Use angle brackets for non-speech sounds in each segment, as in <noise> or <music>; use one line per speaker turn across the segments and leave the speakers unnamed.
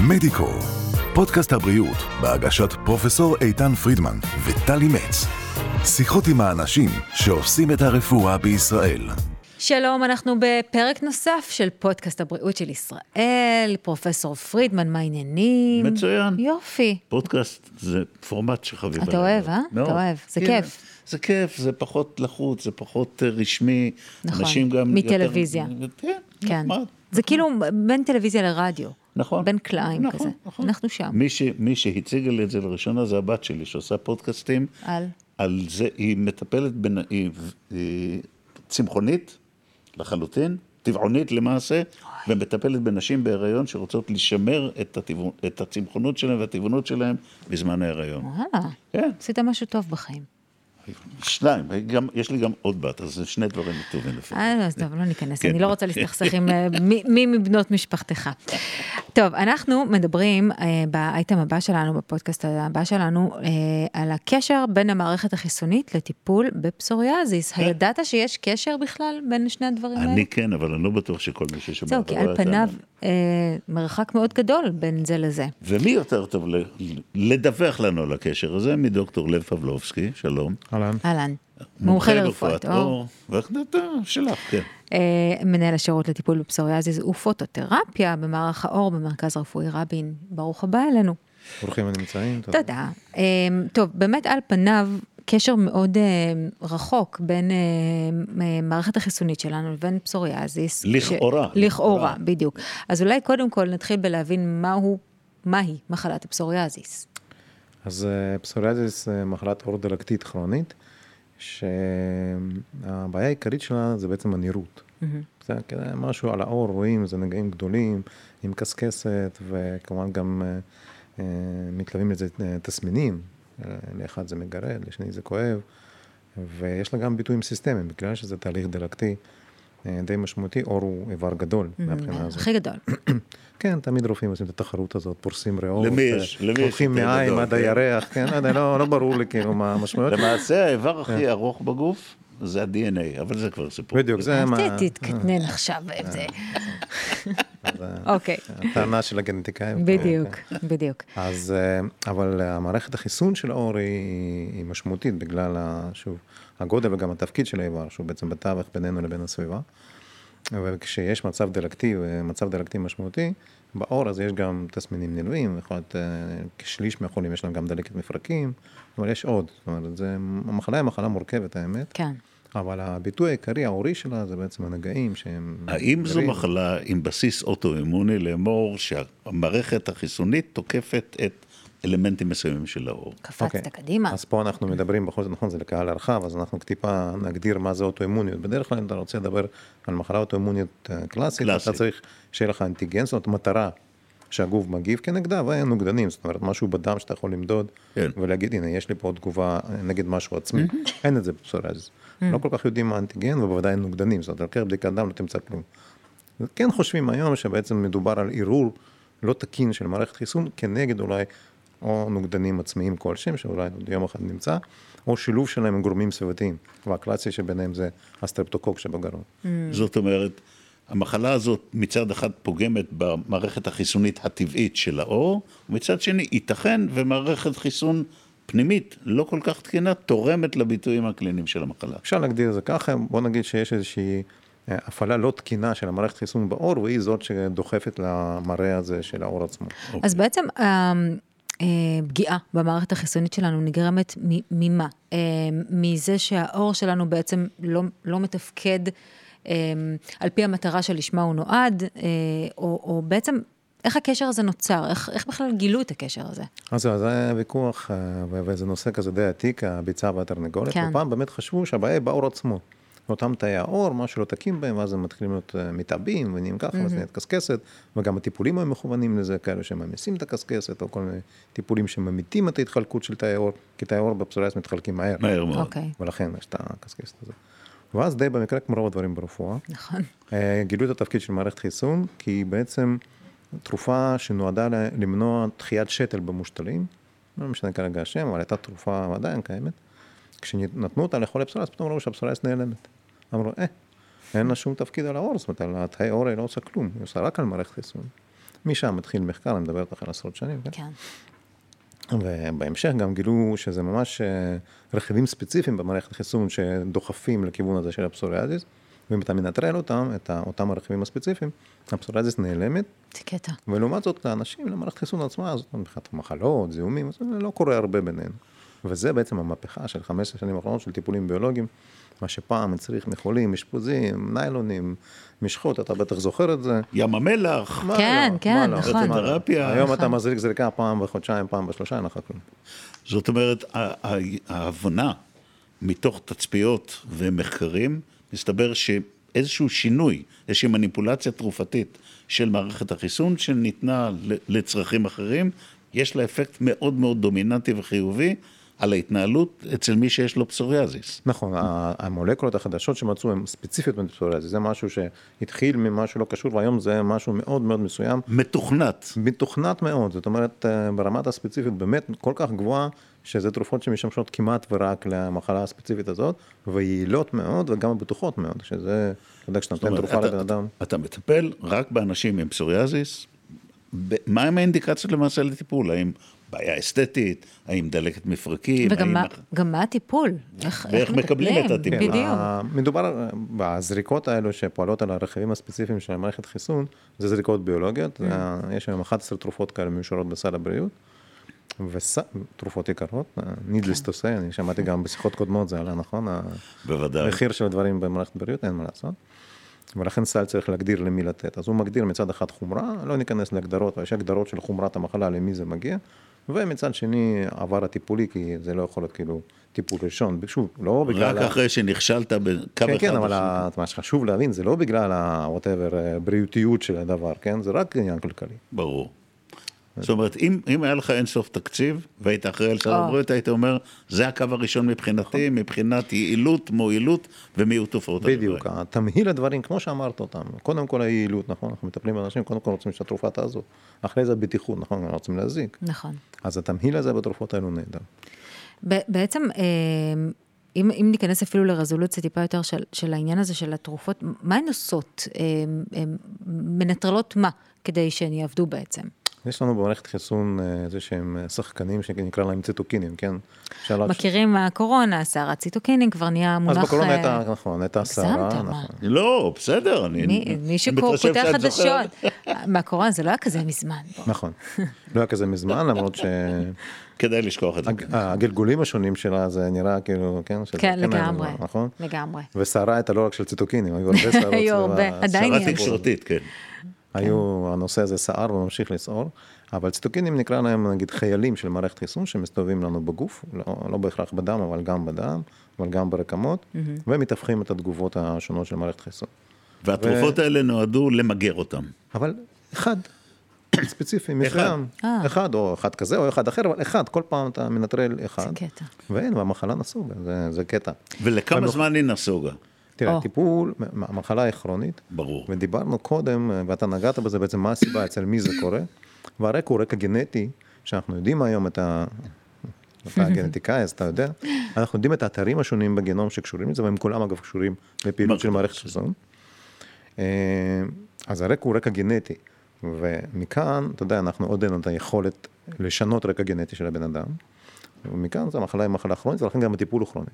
מדיקו, פודקאסט הבריאות בהגשת פרופסור איתן פרידמן וטלי מצ. שיחות עם האנשים שעושים את הרפואה בישראל.
שלום, אנחנו בפרק נוסף של פודקאסט הבריאות של ישראל, פרופסור פרידמן, מה העניינים?
מצוין.
יופי.
פודקאסט זה פורמט שחביב
אתה
עליי
אוהב, אה?
מאוד.
אתה אוהב, זה
כן,
כיף.
זה כיף, זה פחות לחוץ, זה פחות אה, רשמי.
נכון,
אנשים גם... יותר-
מטלוויזיה.
כן,
כן.
נחמד.
זה כאילו בין טלוויזיה לרדיו.
נכון.
בין קלעים
נכון,
כזה.
נכון.
אנחנו שם.
מי, ש, מי שהציגה לי את זה לראשונה זה הבת שלי, שעושה פודקאסטים.
על?
על זה, היא מטפלת בין... היא, היא צמחונית לחלוטין, טבעונית למעשה, ומטפלת בנשים בהיריון שרוצות לשמר את, הטבעו, את הצמחונות שלהם והטבעונות שלהם בזמן ההיריון.
וואלה,
כן.
אה, עשית משהו טוב בחיים.
שניים, גם, יש לי גם עוד בת, אז זה שני דברים טובים לפעמים.
אה, לא, אז טוב, לא ניכנס,
כן.
אני לא רוצה להסתכסך עם אה, מי- מי מבנות משפחתך. טוב, אנחנו מדברים אה, באייטם הבא שלנו, בפודקאסט הבא שלנו, אה, על הקשר בין המערכת החיסונית לטיפול בפסוריאזיס. הידעת שיש קשר בכלל בין שני הדברים האלה?
אני כן, אבל אני לא בטוח שכל מי ששומע...
אה, זהו, כי
לא
על
יודע את
פניו
ה-
אה, מרחק מאוד גדול בין זה לזה.
ומי יותר טוב ל- לדווח לנו על הקשר הזה מדוקטור לב פבלובסקי, שלום.
אהלן.
אהלן, מומחה לרפואת עור.
והחלטה שלך, כן.
אה, מנהל השירות לטיפול בפסוריאזיס ופוטותרפיה במערך האור במרכז הרפואי רבין. ברוך הבא אלינו.
ברוכים הנמצאים. תודה.
תודה. אמ, טוב, באמת על פניו, קשר מאוד אמ, רחוק בין אמ, אה, מערכת החיסונית שלנו לבין פסוריאזיס.
לכאורה,
לכאורה,
לכאורה.
בדיוק. אז אולי קודם כל נתחיל בלהבין מהו, מהי מחלת הפסוריאזיס.
אז אה, פסוריאזיס זה מחלת עור דלקתית כרונית, שהבעיה העיקרית שלה זה בעצם הנראות. זה כזה משהו על העור, רואים, זה נגעים גדולים, עם קסקסת, וכמובן גם אה, אה, מתלווים לזה אה, תסמינים. אה, לאחד זה מגרד, לשני זה כואב, ויש לה גם ביטויים סיסטמיים, בגלל שזה תהליך דלקתי אה, די משמעותי, עור הוא איבר גדול מהבחינה הזאת.
אה, הכי גדול.
כן, תמיד רופאים עושים את התחרות הזאת, פורסים ריאות.
למי יש?
אה,
למי יש
הולכים
יותר
מעיים
גדול,
עד
כן.
הירח, כן, לא יודע, לא לא ברור לי כאילו מה המשמעויות.
למעשה האיבר
כן.
הכי ארוך בגוף זה ה-DNA, אבל זה כבר סיפור.
בדיוק, זה
אז
אה, מה... אה.
ת- תתקטנן עכשיו עם זה.
אז
<laughs>
ה-
אוקיי,
הטענה של הגנטיקאים.
בדיוק, בדיוק.
אז, אה, אבל המערכת החיסון של העור היא, היא משמעותית בגלל, ה, שוב, הגודל וגם התפקיד של האיבר, שהוא בעצם בתווך בינינו לבין הסביבה. וכשיש מצב דלקתי, אה, מצב דלקתי משמעותי, בעור אז יש גם תסמינים נלווים, יכול להיות אה, כשליש מהחולים יש להם גם דלקת מפרקים, אבל יש עוד. זאת אומרת, זה, המחלה היא מחלה מורכבת האמת,
כן.
אבל הביטוי העיקרי העורי שלה זה בעצם הנגעים שהם...
האם זו
גרים.
מחלה עם בסיס אוטואימוני לאמור שהמערכת החיסונית תוקפת את אלמנטים מסוימים של העור?
קפצת
אוקיי.
קדימה.
אז פה אנחנו מדברים, בכל זאת, נכון, זה לקהל הרחב, אז אנחנו טיפה נגדיר מה זה אוטואימוניות. בדרך כלל, אם אתה רוצה לדבר על מחלה אוטואימונית אה, קלאסית,
קלאסית.
אתה צריך שיהיה לך אנטיגן, זאת אומרת, מטרה שהגוף מגיב כנגדה, ואין נוגדנים, זאת אומרת, משהו בדם שאתה יכול למדוד,
כן.
ולהגיד, הנה, יש לי פה עוד תגובה אה, נגד משהו עצמי. אין את זה בפסוריאזיס. לא כל כך יודעים מה אנטיגן, ובוודאי אין נוגדנים, זאת אומרת, אתה לוקח בדיקת דם, לא תמצא כלום. כן חושבים היום שבעצם מדובר על ערעור לא תקין של מערכת חיסון כנגד אולי או נוגדנים עצמיים כלשהם, שאולי עוד יום אחד נמצא, או שילוב שלהם עם גורמים סביבתיים. והקלאסי שביניהם זה הסטרפטוקוק שבגרון.
זאת אומרת, המחלה הזאת מצד אחד פוגמת במערכת החיסונית הטבעית של העור, ומצד שני ייתכן ומערכת חיסון פנימית לא כל כך תקינה תורמת לביטויים הקליניים של המחלה.
אפשר להגדיר את זה ככה, בוא נגיד שיש איזושהי אה, הפעלה לא תקינה של המערכת חיסון בעור, והיא זאת שדוחפת למראה הזה של העור עצמו.
אז
אוקיי.
בעצם הפגיעה במערכת החיסונית שלנו נגרמת מ- ממה? אה, מזה שהעור שלנו בעצם לא, לא מתפקד אה, על פי המטרה שלשמה הוא נועד, אה, או, או בעצם איך הקשר הזה נוצר? איך, איך בכלל גילו את הקשר הזה?
אז זהו, זה היה ויכוח, אה, ו- וזה נושא כזה די עתיק, הביצה והתרנגולת.
כן.
כן. ופעם באמת חשבו שהבעיה היא בעור עצמו. אותם תאי העור, משהו לא תקים בהם, ואז הם מתחילים להיות אה, מתעבים, ונהיים ככה, ואז נהיית קסקסת, וגם הטיפולים היו מכוונים לזה, כאלה שממיסים את הקסקסת, או כל מיני טיפולים שממיתים את ההתחלקות של תאי העור, כי תאי העור בפסוריאס מתחלקים מהר.
מהר מאוד.
אוקיי,
ולכן יש את הקסקסת הזאת. ואז די במקרה, כמו רוב הדברים ברפואה,
נכון.
אה, גילו את התפקיד של מערכת חיסון, כי היא בעצם תרופה שנועדה ל- למנוע דחיית שתל במושתלים, לא משנה כרגע השם, אבל הייתה תרופה עדיין קיימת. כשנתנו אותה לחולי פסולס, פתאום ראו שהפסולס נעלמת. אמרו, אה, אין לה שום תפקיד על העור, זאת אומרת, על התאי עור היא לא עושה כלום, היא עושה רק על מערכת חיסון. משם מתחיל מחקר, אני מדבר איתך על עשרות שנים, כן?
כן.
ובהמשך גם גילו שזה ממש אה, רכיבים ספציפיים במערכת החיסון שדוחפים לכיוון הזה של הפסוריאזיס, ואם אתה מנטרל אותם, את ה- אותם הרכיבים הספציפיים, הפסוריאזיס נעלמת,
זה קטע.
ולעומת זאת לאנשים, למערכת החיסון עצמה, זאת מבחינת מחלות, זיהומים, זה לא קורה הרבה בינינו. וזה בעצם המהפכה של 15 שנים האחרונות של טיפולים ביולוגיים, מה שפעם הצריך מחולים, אשפוזים, ניילונים, משחות, אתה בטח זוכר את זה.
ים המלח,
מה
כן,
לא,
כן,
מה לא,
נכון.
מה לא.
רדיותרפיה.
היום
נכון.
אתה מזריק זריקה פעם בחודשיים, פעם בשלושה, נכון. אין לך כלום.
זאת אומרת, ה- ה- ההבנה מתוך תצפיות ומחקרים, מסתבר שאיזשהו שינוי, איזושהי מניפולציה תרופתית של מערכת החיסון, שניתנה ל- לצרכים אחרים, יש לה אפקט מאוד מאוד דומיננטי וחיובי על ההתנהלות אצל מי שיש לו פסוריאזיס.
נכון, ה- המולקולות החדשות שמצאו הן ספציפיות מפסוריאזיס, זה משהו שהתחיל ממשהו לא קשור, והיום זה משהו מאוד מאוד מסוים,
מתוכנת.
מתוכנת מאוד, זאת אומרת אה, ברמת הספציפיות באמת כל כך גבוהה, שזה תרופות שמשמשות כמעט ורק למחלה הספציפית הזאת, ויעילות מאוד וגם בטוחות מאוד, שזה, אתה יודע, כשאתה נותן
אומרת,
כן, תרופה
אתה-
לבן אדם,
אתה מטפל רק באנשים עם פסוריאזיס, ב- מהם האינדיקציות למעשה לטיפול? האם בעיה אסתטית? האם דלקת מפרקים?
וגם
האם
מה-
אח-
גם מה הטיפול? איך
ואיך
איך
מקבלים את הטיפול.
כן,
בדיוק.
ה- מדובר על- בזריקות האלו שפועלות על הרכיבים הספציפיים של המערכת חיסון, זה זריקות ביולוגיות, אה, יש היום 11 תרופות כאלה מאושרות בסל הבריאות. ותרופות יקרות, אה, needless to say, אני שמעתי גם בשיחות קודמות זה עלה נכון, ה-
בוודאי.
המחיר של הדברים במערכת הבריאות אין מה לעשות. ולכן סל צריך להגדיר למי לתת. אז הוא מגדיר מצד אחד חומרה, לא ניכנס להגדרות, אבל יש הגדרות של חומרת המחלה למי זה מגיע, ומצד שני עבר הטיפולי, כי זה לא יכול להיות כאילו טיפול ראשון, שוב, לא בגלל...
רק
ה-
אחרי שנכשלת בקו
כן,
אחד.
כן, אבל ה- מה שחשוב להבין, זה לא בגלל ה-whatever אה, בריאותיות של הדבר, כן? זה רק עניין כלכלי.
ברור. זאת אומרת, אם, אם היה לך אינסוף תקציב, והיית אחראי על סל
או.
הבריאות, היית אומר, זה הקו הראשון מבחינתי,
נכון.
מבחינת יעילות, מועילות ומיעוט תופעות. הלוואי."
בדיוק, תמהיל הדברים, כמו שאמרת אותם, קודם כל היעילות, נכון? אנחנו מטפלים באנשים, קודם כל רוצים שהתרופה תעזור. אחרי זה הבטיחות, נכון? אנחנו רוצים להזיק.
נכון.
אז התמהיל הזה בתרופות האלו נהדר.
ב- בעצם, אה, אם, אם ניכנס אפילו לרזולוציה טיפה יותר של, של העניין הזה של התרופות, מה הן עושות? אה, אה, מנטרלות מה כדי שהן יעבדו בעצם?
יש לנו במערכת חיסון אה, איזה שהם אה, שחקנים שנקרא להם ציטוקינים, כן? אפשר לה-
מכירים מהקורונה, סערת ציטוקינים כבר נהיה מונח...
אז בקורונה
אה,
הייתה, נכון, הייתה
הגזמת,
סערה,
מה?
נכון.
לא, בסדר, אני...
מי,
אני
מי
מתרשם
שפותח
שאת זוכרת.
חדשות. מהקורונה זה לא היה כזה מזמן. בוא.
נכון. לא היה כזה מזמן, למרות
<laughs>
כדאי לשכוח את זה.
אוקיי. שהגלגולים השונים שלה זה נראה כאילו, כן? שזה
כן,
היה
לגמרי.
מזמן, נכון?
לגמרי.
וסערה הייתה לא רק של ציטוקינים, היו הרבה סערות.
<laughs> היו
סביב
הרבה,
הסערה
עדיין כן.
הערה
העניין.
תקשורתית, כן.
היו, הנושא הזה סער וממשיך לסעור, אבל ציטוקינים נקרא להם נגיד חיילים של מערכת חיסון שמסתובבים לנו בגוף, לא, לא בהכרח בדם, אבל גם בדם, אבל גם ברקמות, ומתווכים את התגובות השונות של מערכת חיסון.
והתרופות האלה נועדו למגר אותם.
אבל אחד, <coughs> ספציפי, מסוים,
אה.
אחד או אחד כזה או אחד אחר, אבל אחד, כל פעם אתה מנטרל אחד.
זה קטע.
ואין, והמחלה נסוגה, זה, זה קטע.
ולכמה זמן היא נסוגה?
תראה,
או.
טיפול, מ- מ- מחלה כרונית,
ברור.
ודיברנו קודם, ואתה נגעת בזה בעצם, מה הסיבה, אצל מי זה קורה, והרקע הוא רקע גנטי, שאנחנו יודעים היום את ה... אתה גנטיקאי, אז אתה יודע, אנחנו יודעים את האתרים השונים בגנום שקשורים לזה, והם כולם אגב קשורים לפעילות של מערכת חיסון. אה, אז הרקע הוא רקע גנטי, ומכאן, אתה יודע, אנחנו עוד אין לנו את היכולת לשנות רקע גנטי של הבן אדם, ומכאן זה המחלה היא מחלה כרונית, ולכן גם הטיפול הוא כרוני.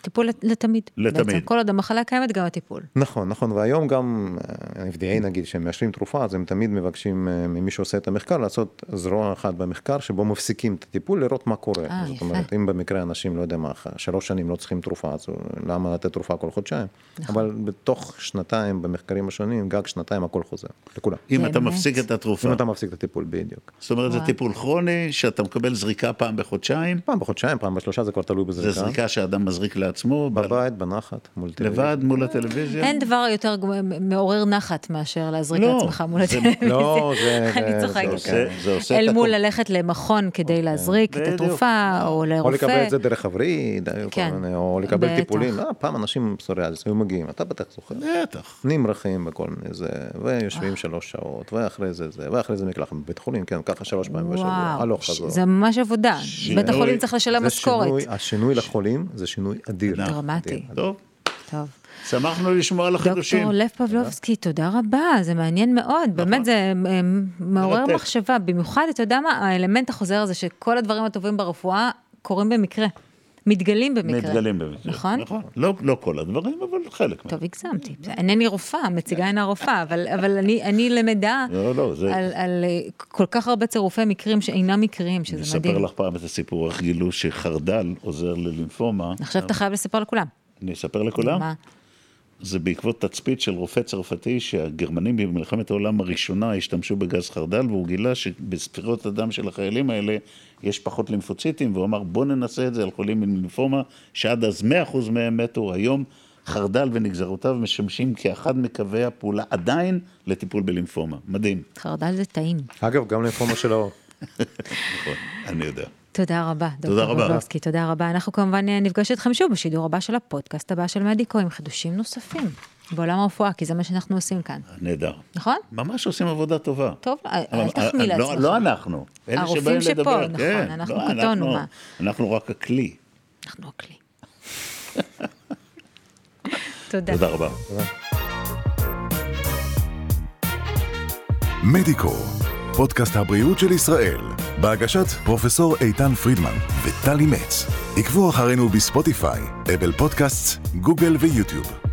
טיפול לת- לתמיד.
לתמיד.
בעצם כל עוד המחלה קיימת, גם הטיפול.
נכון, נכון, והיום גם אה, ה-FDA נגיד, שהם מאשרים תרופה, אז הם תמיד מבקשים אה, ממי שעושה את המחקר לעשות זרוע אחת במחקר, שבו מפסיקים את הטיפול, לראות מה קורה.
אה,
זאת
יפה.
אומרת, אם במקרה אנשים, לא יודע מה, אחרי שלוש שנים לא צריכים תרופה, אז למה לתת תרופה כל חודשיים?
נכון.
אבל בתוך שנתיים, במחקרים השונים, גג שנתיים הכל חוזר, לכולם.
אם אתה
באמת.
מפסיק את התרופה.
אם אתה מפסיק את הטיפול, בדיוק.
זאת אומרת, זה טיפול כרוני, שאתה מקבל זריקה פעם בחודשיים,
פעם בחודשיים, פעם בשלושה, זה כבר תלוי
זה
בזריקה.
זריקה שאדם מזריק לעצמו, ב-
בבית, בנחת, מול טלוויזיה.
<laughs>
לבד מול
כן.
הטלוויזיה.
אין דבר יותר גו- מעורר נחת מאשר להזריק
לא,
לעצמך מול
זה-
הטלוויזיה.
לא, זה-
אני
זה-
צוחקת.
זה-
כן, זה- זה עושה את אוקיי.
אל מול
הכל.
ללכת למכון כדי להזריק את
בדיוק.
התרופה, או
או לקבל
לרופא.
את זה דרך הווריד, היו כל
כן,
מיני, או לקבל
בטח.
טיפולים. אה, פעם אנשים עם פסוריאזיס היו מגיעים, אתה בטח זוכר.
בטח.
נמרחים וכל מיני זה,
אה.
ויושבים שלוש שעות, ואחרי זה זה, ואחרי זה מקלחת בבית חולים, כן, ככה שלוש פעמים בשבוע,
וואו,
הלוך
ש-
חזור.
זה ממש עבודה.
שינוי.
בית החולים צריך לשלם
זה
משכורת.
שינוי- השינוי לחולים זה שינוי אדיר.
דרמטי.
אדיר.
טוב.
טוב.
שמחנו לשמוע על החידושים.
דוקטור לב פבלובסקי, תודה רבה, זה מעניין מאוד, באמת זה אה, מעורר
נכון. מרתק.
מחשבה, במיוחד, אתה יודע מה, האלמנט החוזר הזה שכל הדברים הטובים ברפואה קורים במקרה, מתגלים במקרה.
מתגלים במקרה.
נכון?
לא, לא כל הדברים, אבל חלק מהם.
טוב, הגזמתי. אינני רופאה, המציגה אינה רופאה, אבל, אבל אני, אני למדה
לא, לא, זה-
על, על אה, כל כך הרבה צירופי מקרים שאינם מקריים, שזה
אני
מדהים.
אספר לך פעם את הסיפור, איך גילו שחרדל עוזר ללימפומה.
עכשיו אתה חייב לספר לכולם.
אני אספר לכולם?
נכון. מה?
זה בעקבות תצפית של רופא צרפתי שהגרמנים במלחמת העולם הראשונה השתמשו בגז חרדל והוא גילה שבספירות הדם של החיילים האלה יש פחות לימפוציטים והוא אמר בוא ננסה את זה על חולים עם לימפומה שעד אז 100% מהם מתו היום חרדל ונגזרותיו משמשים כאחד מקווי הפעולה עדיין לטיפול בלימפומה. מדהים.
חרדל זה טעים.
אגב, גם לרפורמה של האור.
נכון, אני יודע.
תודה רבה,
תודה
דוקטור
רבה.
רובלובסקי, תודה רבה. אנחנו כמובן אה, נפגש אתכם שוב בשידור הבא של הפודקאסט הבא של מדיקו עם חידושים נוספים בעולם הרפואה, כי זה מה שאנחנו עושים כאן,
נהדר.
נכון?
ממש עושים עבודה טובה.
טוב, אל- אל
אבל-
תחמיא
אבל לא-
לעצמך.
לא אנחנו. אלה
הרופאים
שבאים
שפה,
לדבר,
נכון,
כן,
אנחנו
לא,
קטונו,
אנחנו-
מה?
אנחנו רק הכלי.
אנחנו הכלי. <laughs> תודה.
תודה רבה.
מדיקו, פודקאסט הבריאות של ישראל, בהגשת פרופסור איתן פרידמן וטלי מצ. עקבו אחרינו בספוטיפיי, אבל פודקאסט, גוגל ויוטיוב.